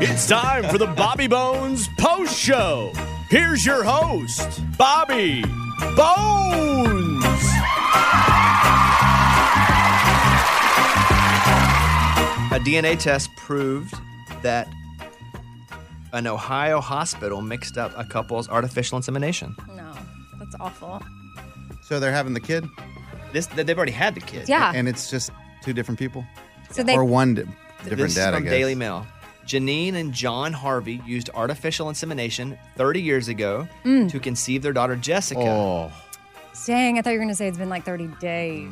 It's time for the Bobby Bones Post Show. Here's your host, Bobby Bones. A DNA test proved that an Ohio hospital mixed up a couple's artificial insemination. No, that's awful. So they're having the kid, This they've already had the kid. Yeah. and it's just two different people, so they or one di- different this is dad. I from guess. Daily Mail. Janine and John Harvey used artificial insemination 30 years ago to conceive their daughter Jessica. Oh, dang, I thought you were gonna say it's been like 30 days.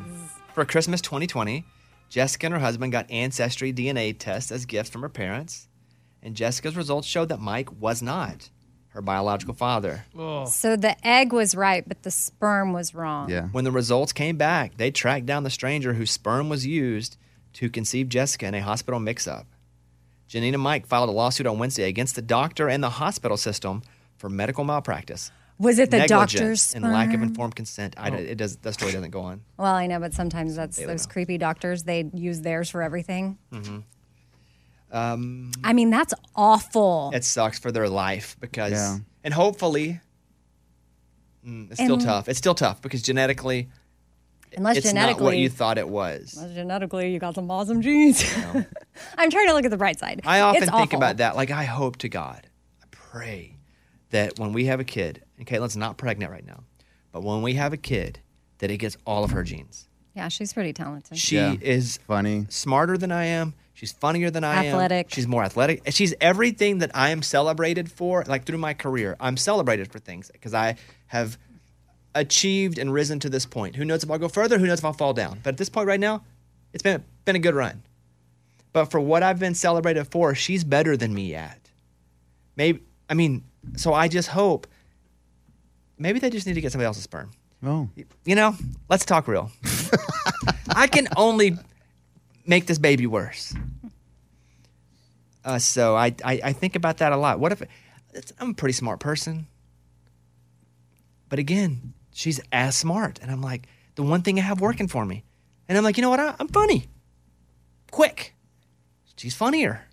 For Christmas 2020, Jessica and her husband got ancestry DNA tests as gifts from her parents, and Jessica's results showed that Mike was not her biological father. So the egg was right, but the sperm was wrong. yeah. When the results came back, they tracked down the stranger whose sperm was used to conceive Jessica in a hospital mix up. Janine and Mike filed a lawsuit on Wednesday against the doctor and the hospital system for medical malpractice, Was it the negligence, doctor's and sperm? Oh. lack of informed consent. I, it does, that story doesn't go on. well, I know, but sometimes that's those creepy doctors. They use theirs for everything. Um, I mean, that's awful. Mm-hmm. It sucks for their life because, Yeah. and hopefully, mm, it's still And- tough. It's still tough because genetically, Unless it's genetically, not what you thought it was. genetically, you got some awesome genes. I'm trying to look at the bright side. I often It's think awful. about that. Like, I hope to God, I pray that when we have a kid, and Caitlin's not pregnant right now, but when we have a kid, that it gets all of her genes. Yeah, she's pretty talented. She Yeah. is Funny. smarter than I am. She's funnier than I Athletic. am. She's more athletic. And She's everything that I am celebrated for, like through my career. I'm celebrated for things because I have achieved and risen to this point. Who knows if I'll go further? Who knows if I'll fall down? But at this point right now, it's been been a good run. But for what I've been celebrated for, she's better than me at. Maybe I mean, so I just hope maybe they just need to get somebody else's sperm. Oh, You know, let's talk real. I can only make this baby worse. Uh, so I, I I think about that a lot. What if it's, I'm a pretty smart person, but again, she's as smart, and I'm like the one thing I have working for me, and I'm like, you know what? I, I'm funny, quick. She's funnier.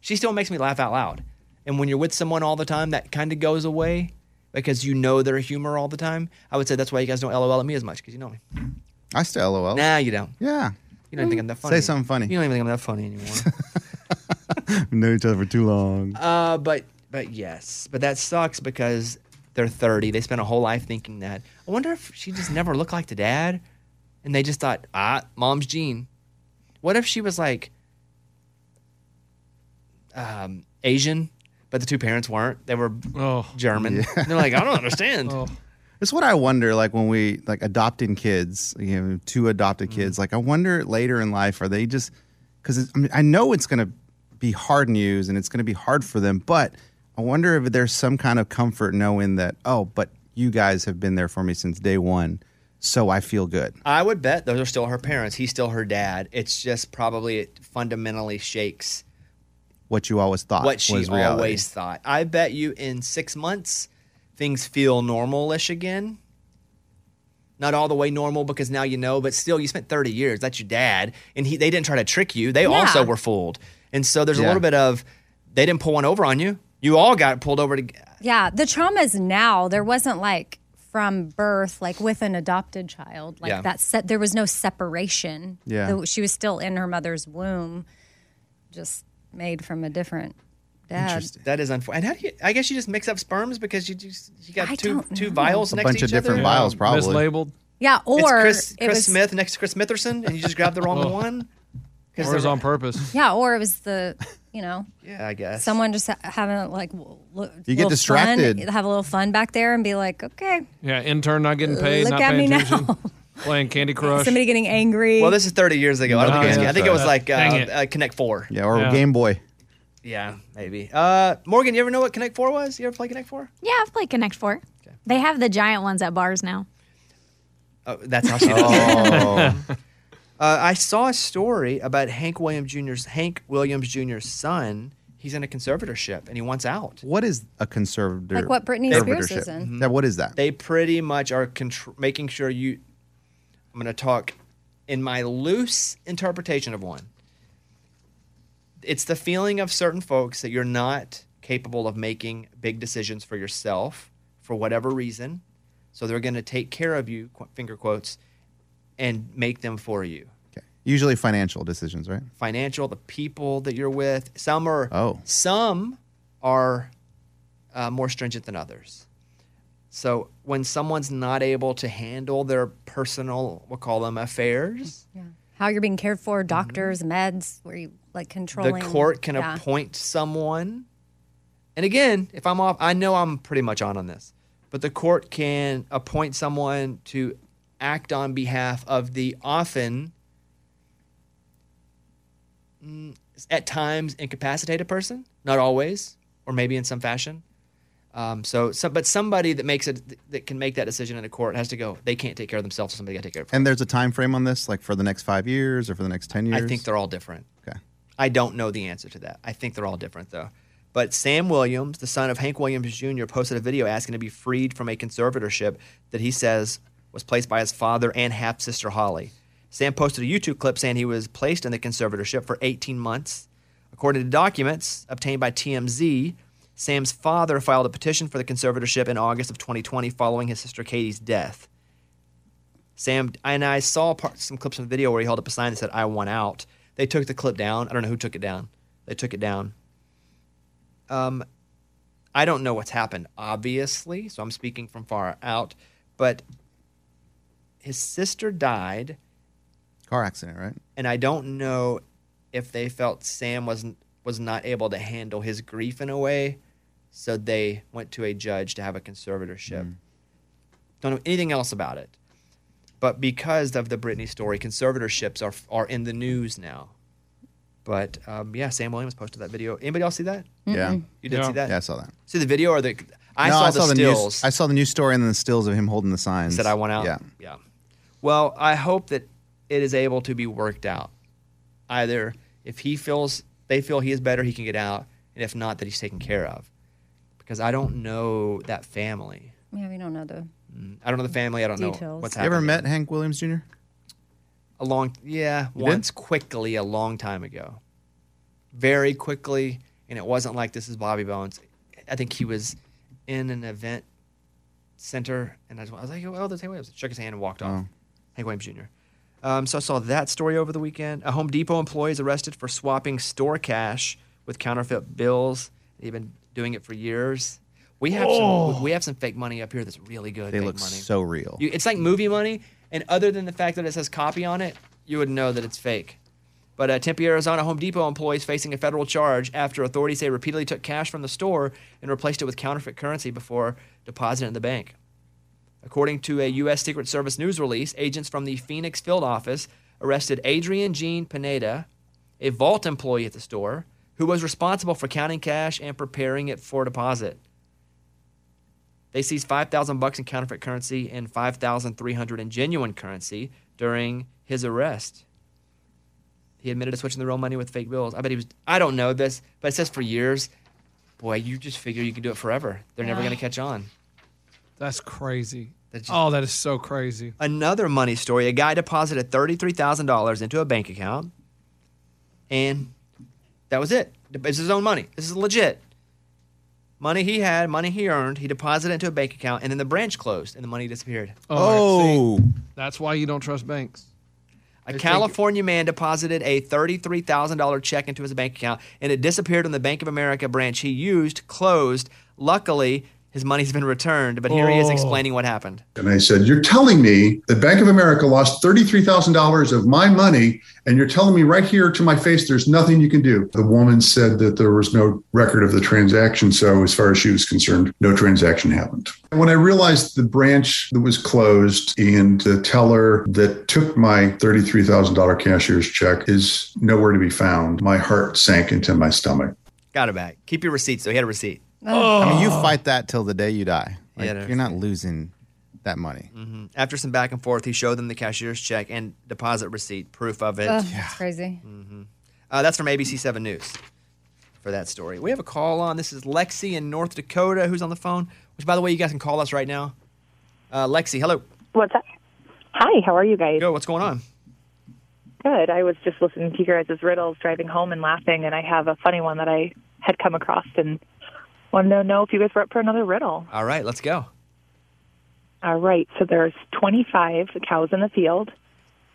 she still makes me laugh out loud, and when you're with someone all the time, that kind of goes away because you know their humor all the time. I would say that's why you guys don't LOL at me as much because you know me. I still lol. Nah, you don't. Yeah, You don't think I'm that funny. Say something funny. You don't even think I'm that funny anymore. we've known each other for too long. uh, but but yes, but that sucks because they're 30. They spent a whole life thinking that. I wonder if she just never looked like the dad, and they just thought, ah, mom's gene. What if she was like um, Asian, but the two parents weren't? They were Oh. German. And they're like, I don't understand. It's what I wonder, like when we like adopting kids, you know, two adopted Mm. kids. Like I wonder later in life, are they just because I, mean, I know it's going to be hard news and it's going to be hard for them, but I wonder if there's some kind of comfort knowing that oh, but you guys have been there for me since day one, so I feel good. I would bet those are still her parents. He's still her dad. It's just probably it fundamentally shakes What you always thought what she was reality. always thought. I bet you in six months things feel normalish again. Not all the way normal because now you know, but still you spent 30 years. That's your dad. And he they didn't try to trick you. They also were fooled. And so there's a Yeah. little bit of they didn't pull one over on you. You all got pulled over to Yeah, the trauma is now. There wasn't like from birth, like with an adopted child, like Yeah. that. Set there was no separation. Yeah. The- she was still in her mother's womb, just made from a different dad. that is unfortunate. And how do you I guess you just mix up sperms because you just you got I two don't two know. vials A next bunch to of each different other. vials. Miles, probably. Um, Mislabeled. Yeah, or it's Chris, it Chris was, Smith next to Chris Mitherson, and you just grab the wrong Ugh. one. Oh. Or it was on purpose. Yeah, or it was the you know Yeah, I guess someone just ha- having like w- l- You get little distracted. fun, have a little fun back there, and be like, okay, Yeah, intern not getting paid, Uh, Look not at paying me attention, now. playing Candy Crush. somebody getting angry. Well, this is 30 years ago. I don't Oh, think. It was, yeah. I think it was like uh, Dang it. uh, Connect Four. Yeah, or Yeah. Game Boy. Yeah, maybe. Uh, Morgan, you ever know what Connect Four was? You ever play Connect Four? Yeah, I've played Connect Four. They have the giant ones at bars now. Oh, that's how she. does it. Uh, I saw a story about Hank Williams Jr.'s Hank Williams Jr.'s son. He's in a conservatorship and he wants out. What is a conservator? Like what Britney Spears conservatorship? is in. Yeah, what is that? They pretty much are contr- making sure you. I'm going to talk in my loose interpretation of one. it's the feeling of certain folks that you're not capable of making big decisions for yourself for whatever reason. So they're going to take care of you, qu- finger quotes, and make them for you. Okay. Usually financial decisions, right? Financial, the people that you're with. Some are Oh. some are uh, more stringent than others. So when someone's not able to handle their personal, we'll call them affairs, Yeah. How you're being cared for, doctors, meds, where you like Mm-hmm. the controlling. court can yeah. appoint someone. And again, if I'm off, I know I'm pretty much on on this, but the court can appoint someone to act on behalf of the often, mm, at times, incapacitated person, not always, or maybe in some fashion. Um, so, so, but somebody that makes it that can make that decision in a court has to go. They can't take care of themselves. So somebody got to take care of. them. And there's a time frame on this, like for the next five years or for the next ten years. I think they're all different. okay. I don't know the answer to that. I think they're all different, though. But Sam Williams, the son of Hank Williams Jr., posted a video asking to be freed from a conservatorship that he says was placed by his father and half sister Holly. Sam posted a YouTube clip saying he was placed in the conservatorship for 18 months. According to documents obtained by TMZ, Sam's father filed a petition for the conservatorship in August of 2020 following his sister Katie's death. Sam and I saw part, some clips from the video where he held up a sign that said "I want out." They took the clip down. I don't know who took it down. They took it down. Um, I don't know what's happened, obviously, so I'm speaking from far out. But his sister died, Car accident, right? and I don't know if they felt Sam was was not able to handle his grief in a way, so they went to a judge to have a conservatorship. Mm. Don't know anything else about it, but because of the Britney story, conservatorships are are in the news now. But um, yeah, Sam Williams posted that video. Anybody else see that? Yeah. You did Yeah. see that? Yeah, I saw that. See the video or the? I No, saw the stills. news. I saw the news story and then the stills of him holding the signs. Said I went out. Yeah. Yeah. Well, I hope that it is able to be worked out. Either if he feels they feel he is better, he can get out, and if not, that he's taken care of. Because I don't know that family. Yeah, we don't know the. I don't know the family. I don't know Details. what's You happening. ever met Hank Williams Jr.? a long yeah once quickly a long time ago, very quickly, and it wasn't like this is Bobby Bones. I think he was in an event center, and I was, I was like, oh, there's Hank Williams. Shook his hand and walked Oh. off. Hank Williams Jr. Um, so I saw that story over the weekend. A Home Depot employee is arrested for swapping store cash with counterfeit bills. They've been doing it for years. We have some we have some fake money up here that's really good. Oh. They fake look money. so real. You, it's like movie money, and other than the fact that it says copy on it, you would know that it's fake. But uh, Tempe, Arizona Home Depot employees facing a federal charge after authorities say repeatedly took cash from the store and replaced it with counterfeit currency before depositing it in the bank. According to a U.S. Secret Service news release, agents from the Phoenix field office arrested Adrian Jean Pineda, a vault employee at the store, who was responsible for counting cash and preparing it for deposit. They seized 5,000 bucks in counterfeit currency and 5,300 in genuine currency during his arrest. He admitted to switching the real money with fake bills. I bet he was, I don't know this, but it says for years. Boy, you just figure you can do it forever. They're never going to catch on. That's crazy. That's just- oh, that is so crazy. Another money story a guy deposited $33,000 into a bank account, and that was it. It's his own money. This is legit. Money he had, money he earned, he deposited into a bank account, and then the branch closed and the money disappeared. oh, That's why you don't trust banks. A California man deposited a $33,000 check into his bank account and it disappeared on the Bank of America branch he used, closed. Luckily, his money's been returned, but here he is explaining what happened. And I said, You're telling me the Bank of America lost $33,000 of my money, and you're telling me right here to my face there's nothing you can do. The woman said that there was no record of the transaction. So, as far as she was concerned, no transaction happened. And when I realized the branch that was closed and the teller that took my $33,000 cashier's check is nowhere to be found, my heart sank into my stomach. Got it back. Keep your receipts, though. He had a receipt. I mean, you fight that till the day you die. Yeah, Like, Mm-hmm. that's- you're not losing that money. After some back and forth, he showed them the cashier's check and deposit receipt, proof of it. Ugh, It's crazy. Uh, that's from ABC7 News for that story. We have a call on. This is Lexi in North Dakota who's on the phone, which, by the way, you guys can call us right now. Uh, Lexi, hello. What's up? Hi, how are you guys? Yo, what's going on? Good. I was just listening to your guys' riddles driving home and laughing, and I have a funny one that I had come across and wanted to know if you guys were up for another riddle. All right, let's go. All right. So there's 25 cows in the field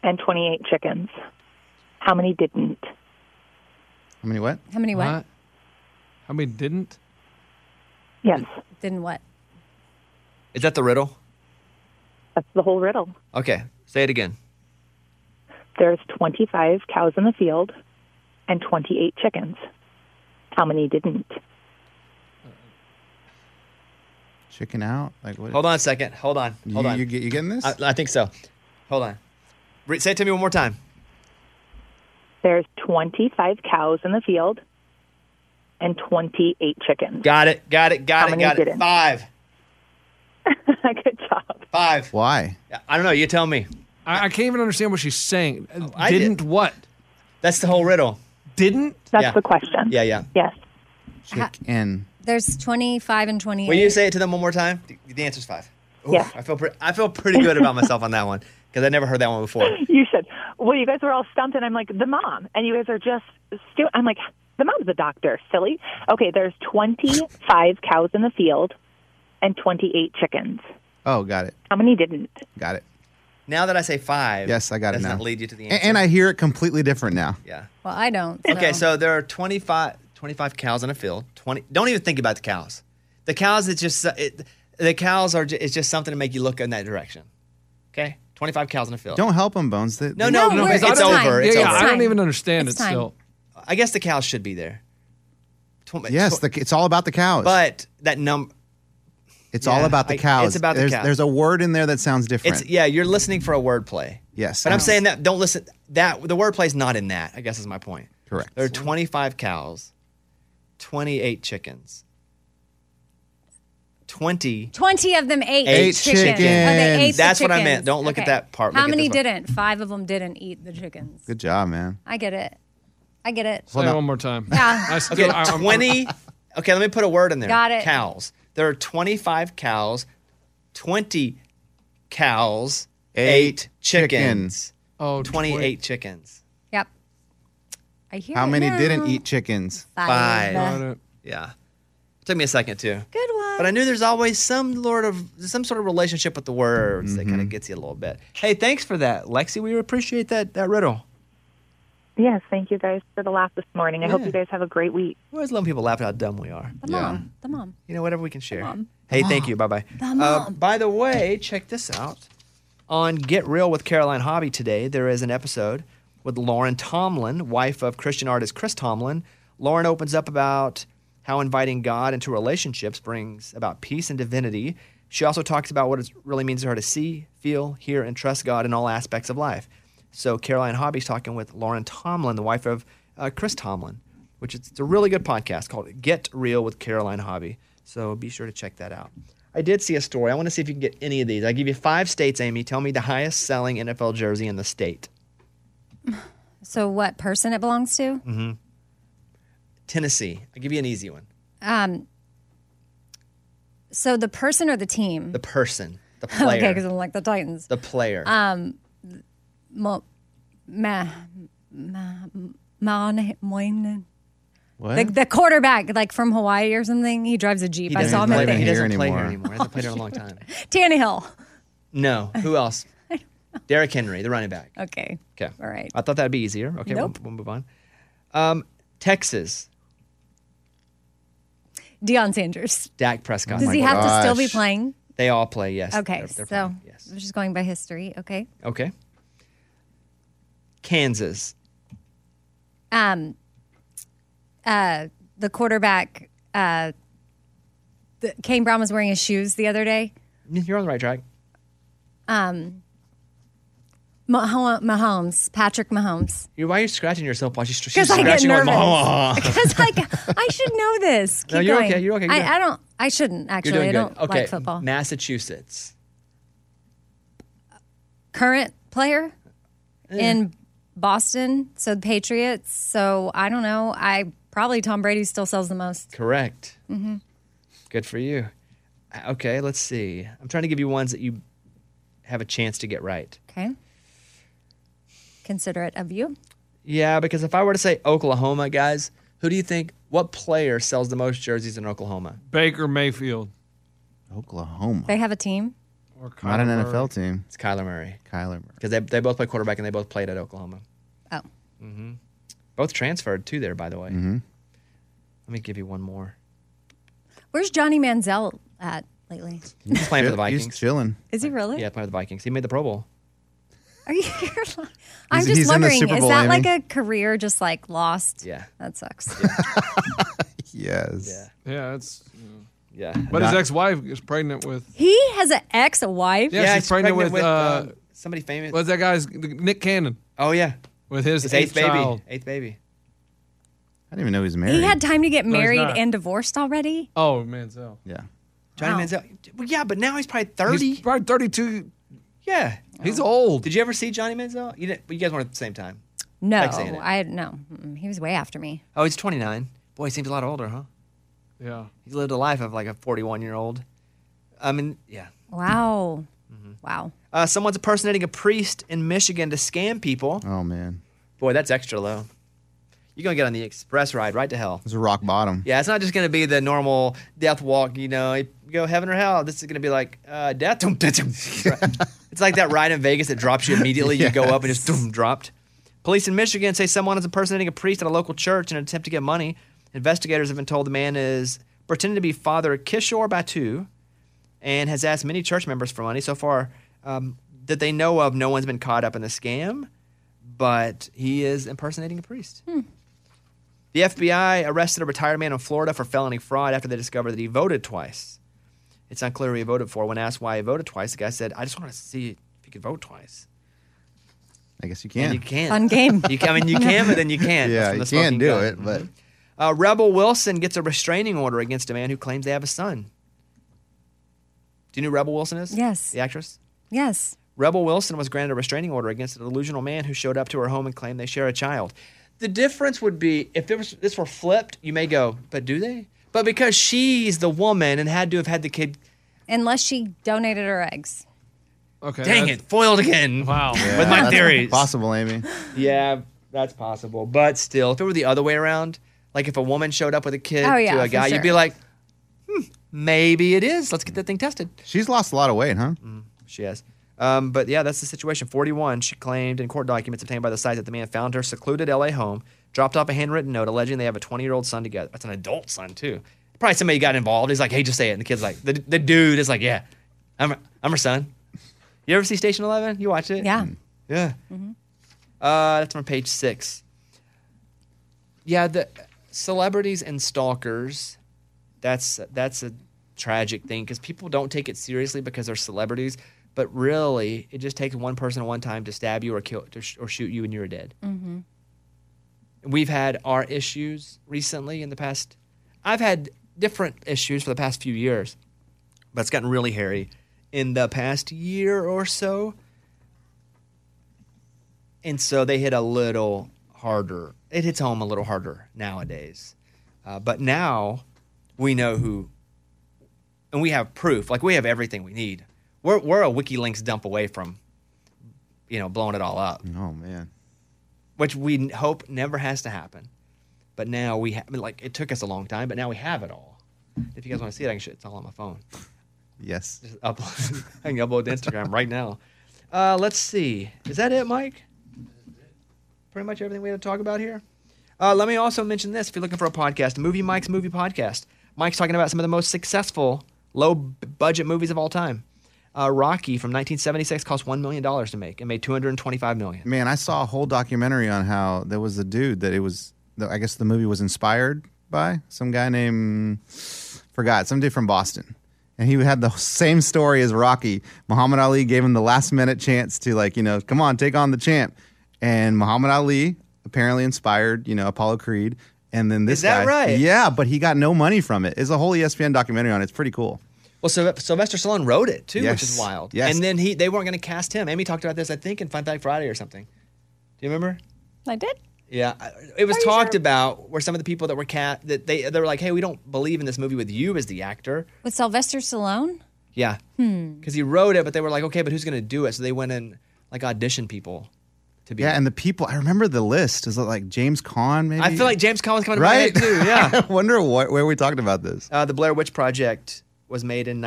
and 28 chickens. How many didn't? How many what? How many what? What? How many didn't? Yes. Didn't what? Is that the riddle? That's the whole riddle. Okay, say it again. There's 25 cows in the field and 28 chickens. How many didn't? Chicken out? Like what? Hold on a second. Hold on. You, Hold on. You, get- you getting this? I, I think so. Hold on. Re- say it to me one more time. There's 25 cows in the field and 28 chickens. Got it. Got it. Got How it. many Got it. didn't? Five. Good job. Five. Why? I don't know. You tell me. I, I can't even understand what she's saying. Oh, I did. didn't what? That's the whole riddle. Didn't? That's Yeah. the question. Yeah, yeah. Yes. Chicken. There's 25 and 28. Will you say it to them one more time? The, the answer's five. Oof, Yeah. I feel pre- I feel pretty good about myself on that one because I never heard that one before. You should. Well, you guys were all stumped, and I'm like, the mom. And you guys are just, stu- I'm like, the mom's a doctor, silly. Okay, there's 25 cows in the field and 28 chickens. Oh, got it. How many didn't? Got it. Now that I say five, Yes, I got it does now. not lead you to the A- answer. And, I hear it completely different now. yeah. well, I don't. Okay, so there are 25, 25 cows in a field. Twenty. Don't even think about the cows. The cows, it's just uh, it, the cows are. ju- It's just something to make you look in that direction. Okay, twenty five cows in a field. Don't help them, Bones. They, No, they- no, No, no. we're- It's, it's over. time. It's yeah, yeah. over. I don't time. even understand It's it time. still. I guess the cows should be there. Tw- Yes, tw- the, it's all about the cows. but that number. it's yeah, all about I- the it's cows. about the there's, cows. There's a word in there that sounds different. It's yeah. You're listening for a wordplay. Yes. But I'm Yes. saying that don't listen. That the wordplay's not in that. I guess is my point. Correct. There are 25 cows, 28 chickens, 20. 20 of them ate Ate chicken. chicken. Oh, they ate the That's what I meant. chickens. Don't look at that part. How Look at many this one. didn't? Five of them didn't eat the chickens. Good job, man. I get it. I get it. Say it one more time. I still, Okay, I- I'm- 20. Okay, let me put a word in there. Got it. Cows. There are 25 cows, 20 cows, Ate eight chickens. chickens. Oh, 28 chickens. Yep. I hear How it many now. didn't eat chickens? Five. Got it. Yeah. Took me a second, too. Good one. But I knew there's always some lord of some sort of relationship with the words that kind of gets you a little bit. Hey, thanks for that, Lexi. We appreciate that that riddle. Yes, thank you guys for the laugh this morning. I hope Yeah. you guys have a great week. We're always letting people laugh at how dumb we are. the mom. The mom. You know, whatever we can share. Hey, thank you. Bye bye. by the way, check this out. On Get Real with Caroline Hobby today, there is an episode with Lauren Tomlin, wife of Christian artist Chris Tomlin. Lauren opens up about how inviting God into relationships brings about peace and divinity. She also talks about what it really means to her to see, feel, hear, and trust God in all aspects of life. So, Caroline Hobby's talking with Lauren Tomlin, the wife of uh, Chris Tomlin which is, it's a really good podcast called Get Real with Caroline Hobby. So be sure to check that out. I did see a story. I want to see if you can get any of these. I give you five states, Amy. Tell me the highest selling NFL jersey in the state. So what person it belongs to? Mm-hmm. Tennessee. I give you an easy one. So the person or the team? The person, the player, okay, because I'm Um, like the Titans. the player. Mo- ma- ma- ma- Moinen. What? Like the quarterback, like from Hawaii or something. He drives a jeep. I doesn't saw him play, at even he the doesn't here play here anymore. anymore. He hasn't played here in a long time. Tannehill. No. Who else? Derrick Henry, the running back. Okay. Okay. All right. I thought that'd be easier. Okay, Nope. we'll, we'll move on. Um, Texas, Deion Sanders. Dak Prescott. Does he have to still be gosh. playing? They all play, yes. Okay, They're- they're so playing, yes. I'm just going by history. Okay. Okay. Kansas. Um, uh, the quarterback, uh, the, Kane Brown was wearing his shoes the other day. You're on the right track. Mah- Mahomes, Patrick Mahomes. You- Why are you scratching yourself while she's, she's 'Cause I get scratching on nervous. my- Because like I should know this. Keep No, you're going. okay, you're okay, you're I, good. I don't. I shouldn't You're actually. doing I good. don't Okay. like football. Massachusetts. Current player Eh. in Boston, so the Patriots. So I don't know. I probably Tom Brady still sells the most. Correct. Mm-hmm. Good for you. Uh, Okay, let's see. I'm trying to give you ones that you have a chance to get right. Okay. considerate of you. Yeah, because if I were to say Oklahoma, guys, who do you think what player sells the most jerseys in Oklahoma? Baker Mayfield. Oklahoma. They have a team. Or Kyler Not an Murray. NFL team. It's Kyler Murray Kyler Murray. because they they both play quarterback and they both played at Oklahoma. Oh, Both transferred too there, by the way. Mm-hmm. Let me give you one more. where's Johnny Manziel at lately? He's playing for the He's Vikings. chilling. Is he really? Yeah, playing for the Vikings. He made the Pro Bowl. Are you? I'm He's- just he's in the wondering, Super is Bowl, that Amy. like a career just like lost? Yeah. that sucks. Yes. Yeah. Yeah, that's. Yeah. But his ex-wife is pregnant with. He has an ex-wife. Yeah, she's pregnant, with. uh, um, somebody famous. what's that guy's? Nick Cannon oh yeah, with his, his eighth, child. baby. Eighth baby. I didn't even know he was married. He had time to get he's married not. and divorced already. Oh Manziel. yeah. Johnny Wow. Manziel. Well, yeah, but now he's probably thirty. He's probably thirty-two. yeah. He's old. Did you ever see Johnny Manziel? You didn't. You guys weren't at the same time. No, Like saying it. I no. Mm-mm. He was way after me. Oh, he's 29. Boy, he seems a lot older, huh? Yeah. He's lived a life of like a 41 year old. I mean, yeah. Wow, wow. Uh, someone's impersonating a priest in Michigan to scam people. Oh man. Boy, that's extra low. You're going to get on the express ride right to hell. It's a rock bottom. Yeah, it's not just going to be the normal death walk, you know, you go heaven or hell. This is going to be like uh, death. Dum, dum, dum. it's like that ride in Vegas that drops you immediately. You go up and just dum, dropped. Police in Michigan say someone is impersonating a priest at a local church in an attempt to get money. Investigators have been told the man is pretending to be Father Kishore Batu and has asked many church members for money. So far, um, that they know of, no one's been caught up in the scam, but he is impersonating a priest. The FBI arrested a retired man in Florida for felony fraud after they discovered that he voted twice. It's unclear who he voted for. When asked why he voted twice, the guy said, I just wanted to see if he could vote twice. I guess you And can. you can't. Fun game. You can, I mean, you can, but then you can't. That's yeah, from the smoking you can do gun. it, but Uh, Rebel Wilson gets a restraining order against a man who claims they have a son. Do you know who Rebel Wilson is? Yes. The actress? Yes. Rebel Wilson was granted a restraining order against a delusional man who showed up to her home and claimed they share a child. The difference would be if there was, this were flipped, you may go, but do they? But because she's the woman and had to have had the kid, Unless she donated her eggs. Okay. dang that's- it, foiled again. Wow. With my that's theories. Possible, Amy. Yeah, that's possible. But still, if it were the other way around, like if a woman showed up with a kid Oh, yeah, to for a guy, sure. you'd be like, hmm, maybe it is. Let's get that thing tested. She's lost a lot of weight, huh? She has. Um, but yeah, that's the situation. 41, she claimed in court documents obtained by the site that the man found her secluded LA home, dropped off a handwritten note alleging they have a 20 year old son together. That's an adult son, too. Probably somebody got involved. He's like, hey, just say it. And the kid's like, the, the dude is like, yeah, I'm, I'm her son. You ever see Station 11? You watch it? Yeah. Yeah. Uh, that's from page six. Yeah, the celebrities and stalkers. That's that's a tragic thing because people don't take it seriously because they're celebrities, but really, it just takes one person at one time to stab you or kill to sh- or shoot you, and you're dead. We've had our issues recently in the past. I've had different issues for the past few years, but it's gotten really hairy in the past year or so and so they hit a little harder. It hits home a little harder nowadays. Uh, but now we know who, and we have proof. Like we have everything we need. We're we're a WikiLeaks dump away from, you know, blowing it all up, Oh man. which we n- hope never has to happen. But now we have. like it took us a long time, but now we have it all. If you guys want to see it, I can. sh- It's all on my phone Yes. just upload. I can upload to Instagram right now. Uh, let's see. Is that it, Mike? Pretty much everything we had to talk about here. Uh, let me also mention this: if you're looking for a podcast, Movie Mike's Movie Podcast. Mike's talking about some of the most successful low-budget movies of all time. Uh, Rocky from 1976 cost one million dollars to make and made 225 million. Man, I saw a whole documentary on how there was a dude that it was. that I guess the movie was inspired by some guy named forgot some dude from Boston, and he had the same story as Rocky. Muhammad Ali gave him the last minute chance to like you know come on take on the champ, and Muhammad Ali apparently inspired you know Apollo Creed, and then this Is that guy- right? Yeah, but he got no money from it. It's a whole E ESPN documentary on it. It's pretty cool. Well, Syl- Sylvester Stallone wrote it too, which is Yes. wild. Yes. And then he they weren't going to cast him. Amy talked about this, I think, in Fun Fact Friday or something. Do you remember? I did. Yeah, I- it was talked about where some of the people that were cat that they they were like, "Hey, we don't believe in this movie with you as the actor." With Sylvester Stallone? Yeah, because he wrote it, but they were like, "Okay, but who's going to do it?" So they went and like auditioned people to to be. Yeah, and the people. I remember the list. Is it like James Caan? Maybe I feel like James Collins coming right. right too. Yeah. I wonder what, where we talked about this. uh, the Blair Witch Project was made in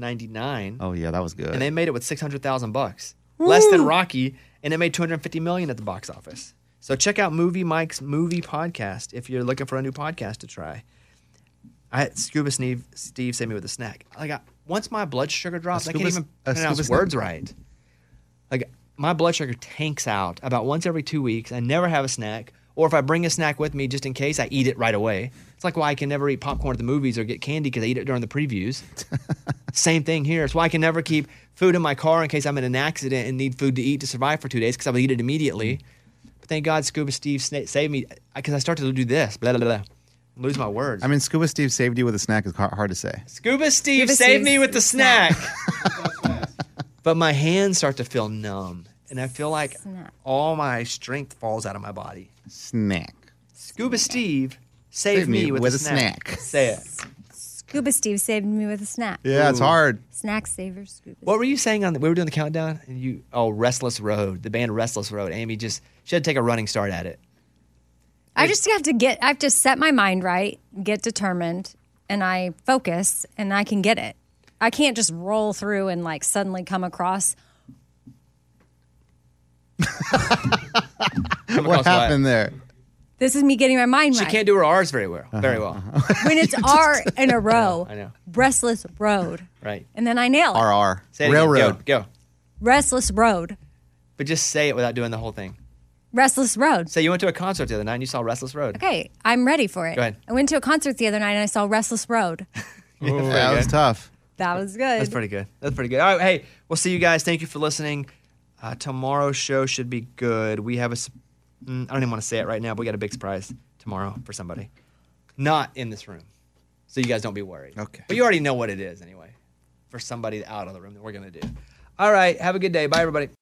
1999, Oh yeah, that was good. and they made it with 600 thousand bucks, less than Rocky, and it made 250 million at the box office. So check out Movie Mike's movie podcast if you're looking for a new podcast to try. I Scuba Steve, Steve sent me with a snack. Like I, once my blood sugar drops, I can't scuba s- even a scuba pronounce snack. words right. Like my blood sugar tanks out about once every two weeks. I never have a snack, or if I bring a snack with me just in case, I eat it right away. It's like why I can never eat popcorn at the movies or get candy because I eat it during the previews. Same thing here. It's why I can never keep food in my car in case I'm in an accident and need food to eat to survive for two days because I would eat it immediately. But thank God Scuba Steve sna- saved me because I started to do this. Blah blah blah. Lose my words. I mean, Scuba Steve saved you with a snack. Is har- hard to say. Scuba Steve Scuba saved me Steve's with the snack. but my hands start to feel numb, and I feel like all my strength falls out of my body. Snack. Scuba Steve saved Save me with, a, snack. Say it. Scuba Steve saved me with a snack. Yeah, it's hard. Snack saver Scuba. What were you saying on the, we were doing the countdown? And you oh Restless Road, the band Restless Road. Amy just she had to take a running start at it. I just have to get. I have to set my mind right, get determined, and I focus, and I can get it. I can't just roll through and like suddenly come across. Come What across what? happened there? This is me getting my mind She right. can't do her R's very well. Very Uh-huh, well. when it's R in a row. I know. Restless road, Right. and then I nail it. RR. Say it again. Railroad. Go, go. Restless road. But just say it without doing the whole thing. Restless road. Say you went to a concert the other night and you saw Restless Road. Okay, I'm ready for it. Go ahead. I went to a concert the other night and I saw Restless Road. Yeah, that was tough. That was good. That's pretty good. That's pretty good. All right, hey, we'll see you guys. Thank you for listening. Uh, tomorrow's show should be good. We have a, s- mm, I don't even want to say it right now, but we got a big surprise tomorrow for somebody, not in this room, so you guys don't be worried. Okay. But you already know what it is anyway, for somebody out of the room that we're gonna do. All right, have a good day. Bye, everybody.